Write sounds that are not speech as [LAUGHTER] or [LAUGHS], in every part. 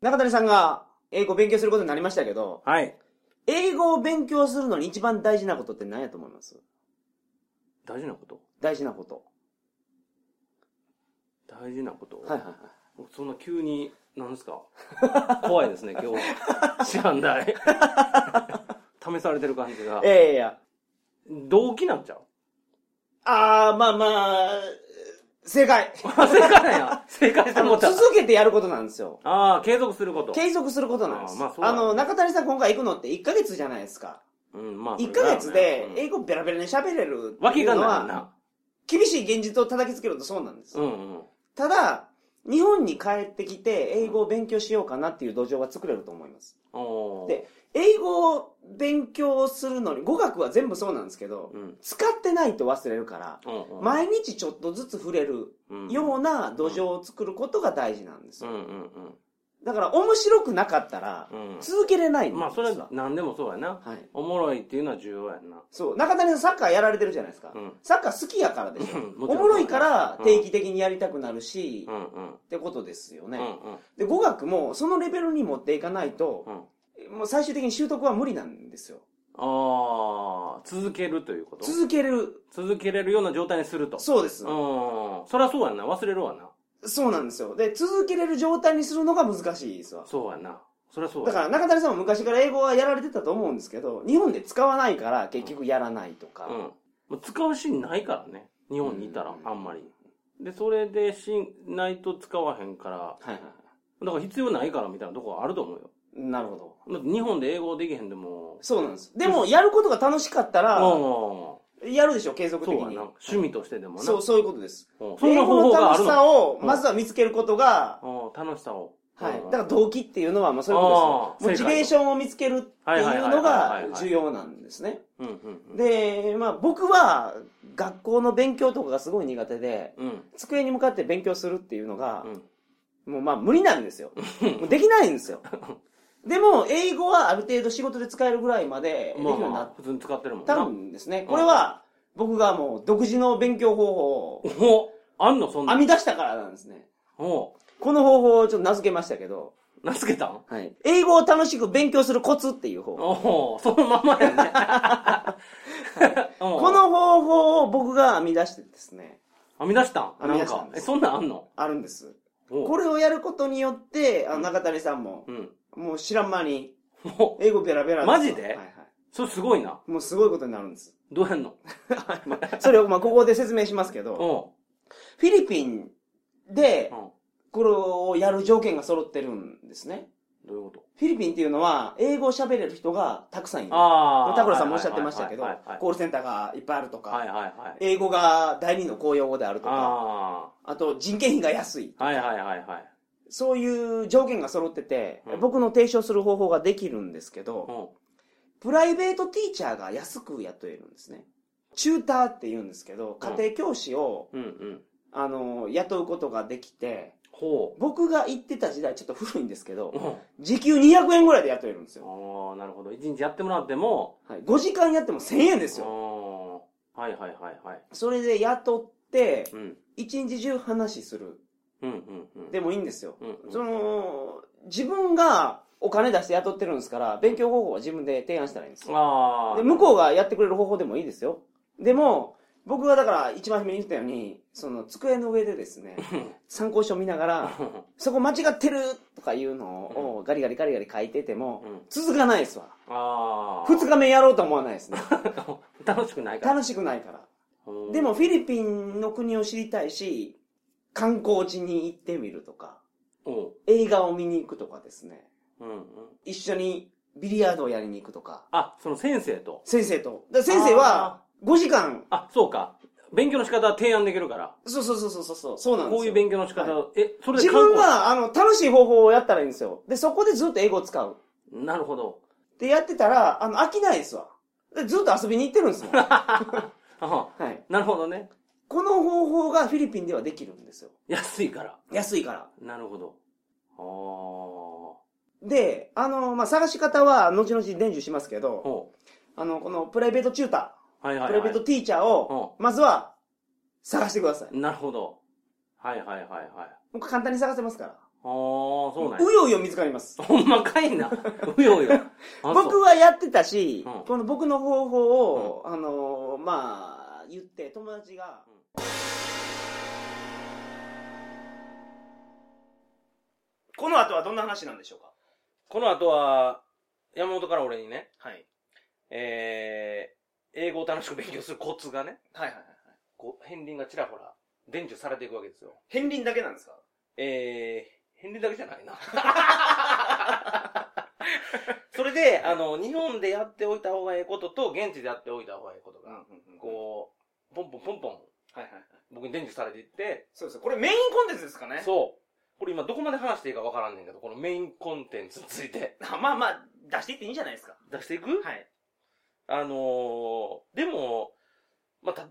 中谷さんが英語を勉強することになりましたけど、はい。英語を勉強するのに一番大事なことって何やと思います大事なこと大事なこと。大事なことはいはいはい。そんな急に、なんですか [LAUGHS] 怖いですね、今日。知らんだい。試されてる感じがい。やいやいや。動機なんちゃうあー、まあまあ、正解。正解なんや。正解してあもの、うた。続けてやることなんですよ。ああ、継続すること。継続することなんです。ああ,、ーまあそうだねの、中谷さん今回行くのって1ヶ月じゃないですか。うん、まあ。 1ヶ月で英語語ベラベラに喋れるっわていけうがのないは、な。厳しい現実を叩きつけるとそうなんです。うんうん。ただ、日本に帰ってきて英語を勉強しようかなっていう土壌は作れると思います。おーで、英語を勉強するのに、語学は全部そうなんですけど、うん。使ってないと忘れるから、うんうん毎日ちょっとずつ触れるうんような土壌を作ることが大事なんですうよ。んうんうんだから面白くなかったら、う続けれないんでん。すまあ、それ実はは何でもそうやな。はい。おもろいっていうのは重要やんな。そう。中谷さんサッカーやられてるじゃないですか。うんサッカー好きやからでしょ。うんおちんもろいから定期的にやりたくなるし、うんうん。ってことですようね。んうん。で、語学もそのレベルに持っていかないと、うん。もう最終的に習得は無理なんですよ。ああ、続けるということ続ける。続けれるような状態にすると。そうです。うん。そりゃそうやんな。忘れるわな。そうなんですよ。で、続けれる状態にするのが難しいですわ。そうやな。そりゃそうだからや。中谷さんも昔から英語はやられてたと思うんですけど、日本で使わないから結局やらないとか。うん。もう使うシーンないからね。日本にいたらう、んあんまり。で、それでシーンないと使わへんから、はいはいはだから必要ないからみたいなとこあると思うよ。い。なるほど。だって日本で英語できへんでも、そうなんです。でも、やることが楽しかったうん。ら、そやるでしょ、継続う的やな。に。趣味としてでもな。そう、そういうことです。うんそん英な方語法のがあ楽るしのさを、うんまずは見つけることが、うん楽しさを。はい。うんだから動機っていうのは、まあそういうことあーですよ。モチベーションを見つけるっていうのはいはいはいはいはがいはい重要なんですね。うんうんうん。で、まあ僕は学校の勉強とかがすごい苦手で、うん。机に向かって勉強するっていうのが、うん。もうまあ無理なんですよ。もうできないんですよ。でも、英語はある程度仕事で使えるぐらいまでできるようにまなあっ普通に使ってるもんな。たんですね。これは、僕がもう独自の勉強方法をおあんのそんな編ん。み出したからなんですね。おこの方法をちょっと名付けましたけど、名付けたんはい。英語を楽しく勉強するコツっていう方法。おそのままやね。こ [LAUGHS] この方法を僕が編み出してですね、編み出したん編みなん出したかん。でえ、すそんなんあんのあるんです。ここれをやることによって、あのうん中谷さんも、うん。もう知らん間に、もう、英語ベラベラすマジではいはそれすごいな。い。もうすごいことになるんです。どうやんのそれを、まあ、ここで説明しますけど、おフィリピンでう、ん。これをやる条件が揃ってるんですね。どういうことフィリピンっていうのは、英語を喋れる人がたくさんいる。ああ。田倉さんもおっしゃってましたけどはいはい、コールセンターがいっぱいあるとはいはいか、はい。英語が第二の公用語であるとか、ああと人件費が安い。あ。はいはいはいはい。そういう条件が揃ってて、うん僕の提唱する方法ができるんですけど、うん。プライベートティーチャーが安く雇えるんですね。チューターって言うんですけど、うん家庭教師を、うんうん。あの、雇うことができて、ほ僕が行ってた時代ちょっと古いんですけう。うど、ん。あ時給200円ぐらいで雇えるんですよ。あ、なるほど。一日やってもらっても、はい、5時間やっても1000円ですよ。よ。はいはいはいはい。それで雇ってう、ん。 1日中話する。うんうんうん。でもいいんですよ。うんうん、その、自分がお金出して雇ってるんですから、勉強方法は自分で提案したらいいんですよああ。で、向こうがやってくれる方法でもいいですよ。でも、僕はだから一番初めに言ったように、その机の上でですね、参考書見ながら、そこ間違ってるとかいうのをガリガリガリガリ書いてても、うん続かないですわ。ああ。二日目やろうと思わないですね。 [LAUGHS] 楽しくないから。楽しくないから。うんでも、フィリピンの国を知りたいし、観光地に行ってみるとか、うん映画を見に行くとかですね、うんうん。一緒にビリヤードをやりに行くとか、あ、その先生と。先生と。だから先生は5時間、あ、そうか。勉強の仕方は提案できるから。そうそうそうそうそうそう、そうなんですよ。こういう勉強の仕方を、え、それで自観分光は、あの、楽しい方法をやったらいいんですよ。で、そこでずっと英語を使う。なるほど。 [LAUGHS] で、やってたら、あの、飽きないですわ。で、ずっと遊びに行ってるんです [LAUGHS] もん。は。あはいなるほどね。この方法がフィリピンではできるんですよ。安いから。安いから。なるほど。ああ。で、あの、まあ、探し方は、後々伝授しますけど、ほあの、このプライベートチュータう。はいー、はいプライベはートティーチャーを、まずは、探してください。い。なるほど。はいはいはいはい。僕簡単に探せますから。あー、そうなんやう。ようよ見つかります。ほんまかいな。うようよ。あそう僕はやってたし、うんこの僕の方法を、あのーまあ、言って、友達が、この後はどんな話なんでしょうかこの後は、山本から俺にね、はい。えー、英語を楽しく勉強するコツがね、はいはいはい。こう、片鱗がちらほら、伝授されていくわけですよ。片鱗だけなんですかえー、片鱗だけじゃな [LAUGHS] いな。それで、あの、日本でやっておいた方がいいことと、現地でやっておいた方がいいことが、ここう、ポンポンポンポン、う。はいはいはい。僕に伝授されていって、そうです。これメインコンテンツですかねそう。これ今どこまで話していいかわからんねんけど、このメインコンテンツについてあまあまあ、出していっていいんじゃないですか。出していくはい。あのー、でも、また、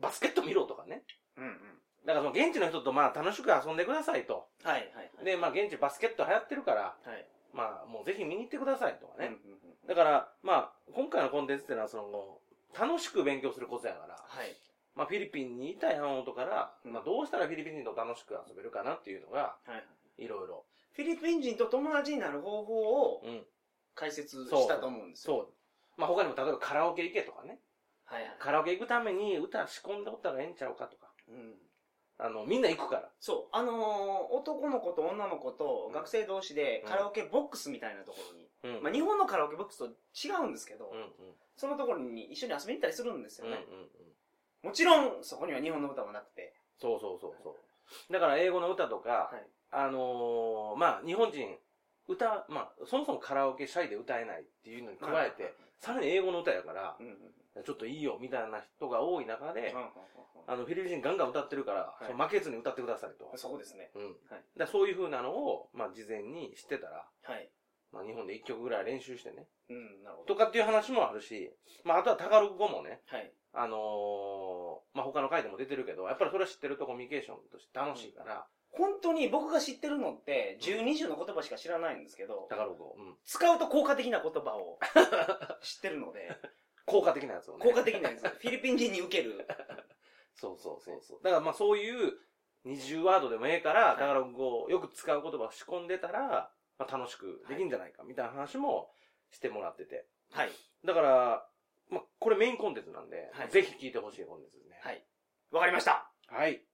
バスケット見ろとかね。うんうん。だからその現地の人とまあ楽しく遊んでくださいと。はいはいはい。で、まあ現地バスケット流行ってるから、はい。まあもうぜひ見に行ってくださいとかうんね。うんうんだから、まあ今回のコンテンツってのはその、楽しく勉強することやから、はい。まあフィリピンにいた山本から、うんまあどうしたらフィリピン人と楽しく遊べるかなっていうのが、はい。いろいろ。フィリピン人と友達になる方法をうん。解説したと思うんですよ。そう。まあ他にも例えばカラオケ行けとかね。はいはい。カラオケ行くために歌仕込んでおったらええんちゃうかとか。うんあの、みんな行くから。そう。あのー男の子と女の子とうん学生同士でカラオケボックスみたいなところに、うんまあ日本のカラオケボックスと違うんですけど、うんうんそのところに一緒に遊びに行ったりするんですうよんうんうね。んもちろん、そこには日本の歌はなくて。そうそうそうそうだから英語の歌とか、はいあのーまあ日本人歌まあそもそもカラオケシャイで歌えないっていうのに加えて、さらに英語の歌やからうんうんちょっといいよみたいな人が多い中で、あのフィリピン人ガンガン歌ってるから、いその負けずに歌ってくださいと、そこですね。うんだからそういう風なのを、まあ、事前に知ってたら、はい。まあ、日本で1曲ぐらい練習してねうん、なるほど。とかっていう話もあるし、まあ、あとはタガログ語もねはい。あのーまあ、他の回でも出てるけど、やっぱりそれは知ってるとコミュニケーションとして楽しいから、本当に僕が知ってるのって、10、20の言葉しか知らないんですけど、だから僕、うん、使うと効果的な言葉 [LAUGHS] を知ってるので、効果的なやつをね。効果的なやつ。フィリピン人に受ける。そうそうそうそう。だからまあそういう20ワードでもええから、いだからこう、よく使う言葉を仕込んでたら、まあ、楽しくできんじゃないか、みたいな話もしてもらってて。はい。だから、まあこれメインコンテンツなんで、はいぜひ聞いてほしいコンテンツですね。はい。わかりました。はい。